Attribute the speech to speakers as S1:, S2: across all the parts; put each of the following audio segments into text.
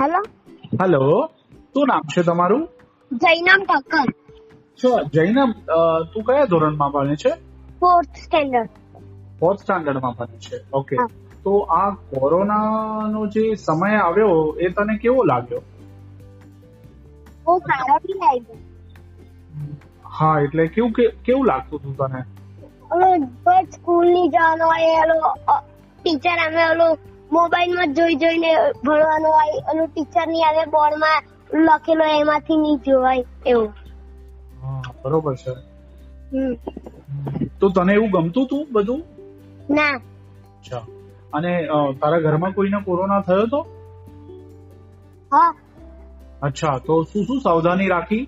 S1: Hello
S2: hello શું નામ છે તમારું
S1: જૈનામ ઠક્કર
S2: અચ્છા જૈનમ અ, તું કયા ધોરણમાં ભણે છે
S1: ફોર્થ સ્ટેન્ડર્ડ
S2: ફોર્થ સ્ટાન્ડર્ડમાં ભણે છે ઓકે
S1: હા.
S2: તો આ કોરોનાનો જે સમય આવ્યો એ તને કેવો લાગ્યો
S1: બહુ સારો બી લાગ્યો
S2: હા એટલે કેવું કે- કેવું લાગતું હતું તને
S1: અમે રોજ સ્કૂલ ની જવાનું હોય ઓલો ટીચર અમે ઓલું મોબાઈલમાં જોઈ જોઈને ભણવાનું હોય ઓલું ટીચર ની આવે બોર્ડમાં લખેલો હોય એમાંથી નહીં જોવાય એવું
S2: હા બરોબર છે
S1: હમ.
S2: તો તને એવું ગમતું હતું બધું
S1: ના
S2: અચ્છા અને અ, તારા ઘરમાં કોઈને કોરોના થયો તો
S1: હા
S2: અચ્છા તો શું શું સાવધાની રાખી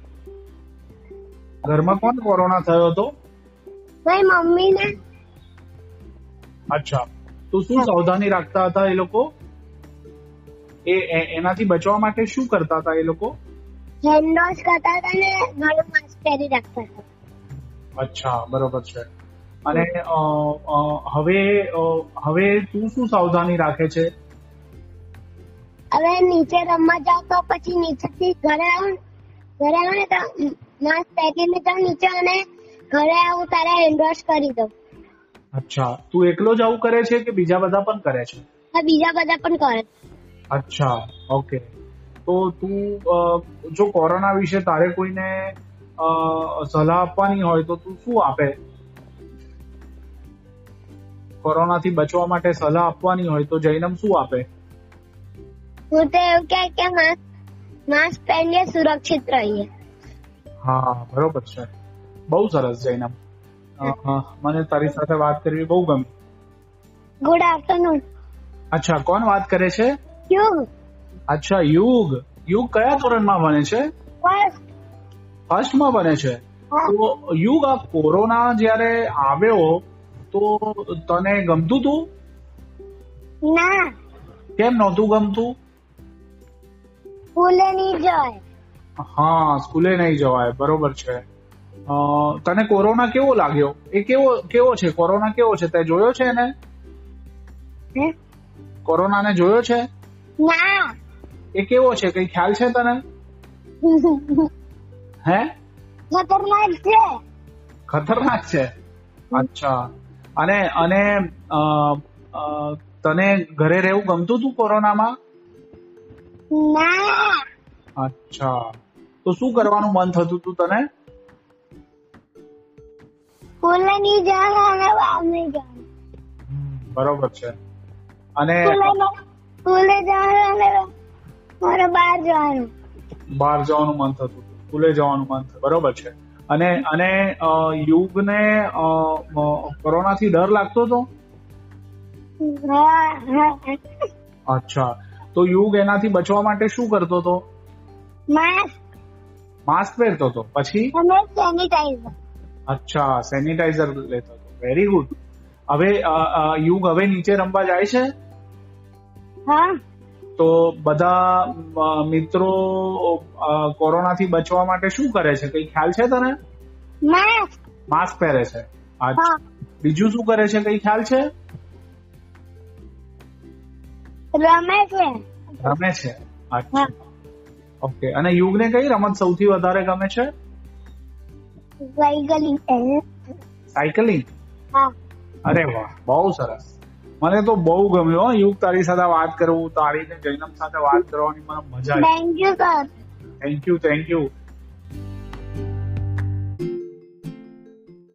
S2: ઘરમાં કોણ કોરોના થયો હતો
S1: મારી મમ્મી ને
S2: અચ્છા તો શું
S1: હા.
S2: સાવધાની રાખતા હતા એ લોકો એ એ- એનાથી બચવા માટે શું કરતા હતા એ લોકો
S1: હેન્ડ વોશ કરતા હતા ને ઘણું માસ્ક પહેરી રાખતા હતા
S2: અચ્છા બરોબર છે અને અ, અ, હવે અ, હવે તું શું સાવધાની રાખે છે
S1: હવે નીચે રમવા જાવ તો પછી નીચેથી ઘરે આવું ઘરે આવું ને તો માસ્ક પહેરીને જાઉં નીચે અને ઘરે આવું તારે હેન્ડ વોશ કરી દઉં
S2: અચ્છા તું એકલો જ આવું કરે છે કે બીજા બધા પણ કરે છે
S1: હવે બીજા બધા પણ કરે
S2: અચ્છા ઓકે તો તું અ, જો કોરોના વિશે તારે કોઈને અ, સલાહ આપવાની હોય તો તું શું આપે કોરોનાથી બચવા માટે સલાહ આપવાની હોય તો જૈનમ શું આપે
S1: હું તો એવું કહે કે માસ્ક માસ્ક પહેરીને સુરક્ષિત રહીએ
S2: હા બરોબર છે બહુ સરસ જૈનમ અ, અ, મને તારી સાથે વાત કરવી બહુ ગમી
S1: ગુડ આફ્ટરનૂન
S2: અચ્છા કોણ વાત કરે છે
S1: યુ
S2: અચ્છા યુગ યુગ કયા ધોરણમાં ભણે છે
S1: ફર્સ્ટ
S2: ફર્સ્ટમાં ભણે છે તો યુગ આ કોરોના જ્યારે આવ્યો તો તને ગમતું તું
S1: ના
S2: કેમ નહોતું ગમતું
S1: ભૂલે નહીં જાય
S2: હા સ્કૂલે નહીં જવાય બરોબર છે અ, તને કોરોના કેવો લાગ્યો એ કેવો કેવો છે કોરોના કેવો છે તે જોયો છે એને
S1: હે?
S2: કોરોનાને જોયો છે
S1: ના
S2: એ કેવો છે કઈ ખ્યાલ છે તને હે
S1: ખતરનાક છે
S2: ખતરનાક છે અચ્છા અને અને અ, અ, તને ઘરે રહેવું ગમતું તું કોરોનામાં
S1: ના
S2: અચ્છા તો શું કરવાનું મન થતું તું તને
S1: ભૂલે નહીં જાય અને બહાર નહીં જાય
S2: બરોબર છે અને
S1: સ્કૂલે જવાનું અને મારે બહાર જવાનું
S2: બહાર જવાનું મન થતું હતું સ્કૂલે જવાનું મન થતું બરોબર છે અને અને અ, યુગને અ, અ, કોરોનાથી ડર લાગતો હતો
S1: હા, હા.
S2: અચ્છા તો યુગ એનાથી બચવા માટે શું કરતો હતો
S1: માસ્ક
S2: માસ્ક પહેરતો હતો પછી
S1: અને સેનિટાઈઝર
S2: અચ્છા સેનિટાઈઝર લેતો હતો વેરી ગુડ હવે અ, અ, યુગ હવે નીચે રમવા જાય છે
S1: હા
S2: તો બધા અ, મિત્રો અ, કોરોનાથી બચવા માટે શું કરે છે કઈ ખ્યાલ છે તને
S1: માસ્ક
S2: માસ્ક પહેરે છે અચ્છા.
S1: હા
S2: બીજું શું કરે છે કઈ ખ્યાલ છે
S1: રમે છે
S2: રમે છે અચ્છા
S1: હા
S2: ઓકે અને યુગને કઈ રમત સૌથી વધારે ગમે છે
S1: ગઈ ગલી એ,
S2: સાયકલિંગ
S1: હા
S2: અરે વાહ બહુ સરસ મને તો બહુ ગમ્યું હો યુગ તારી સાથે વાત કરવું તારી ને જૈનમ સાથે વાત કરવાની મને મજા આવી
S1: thank you sir
S2: thank you thank you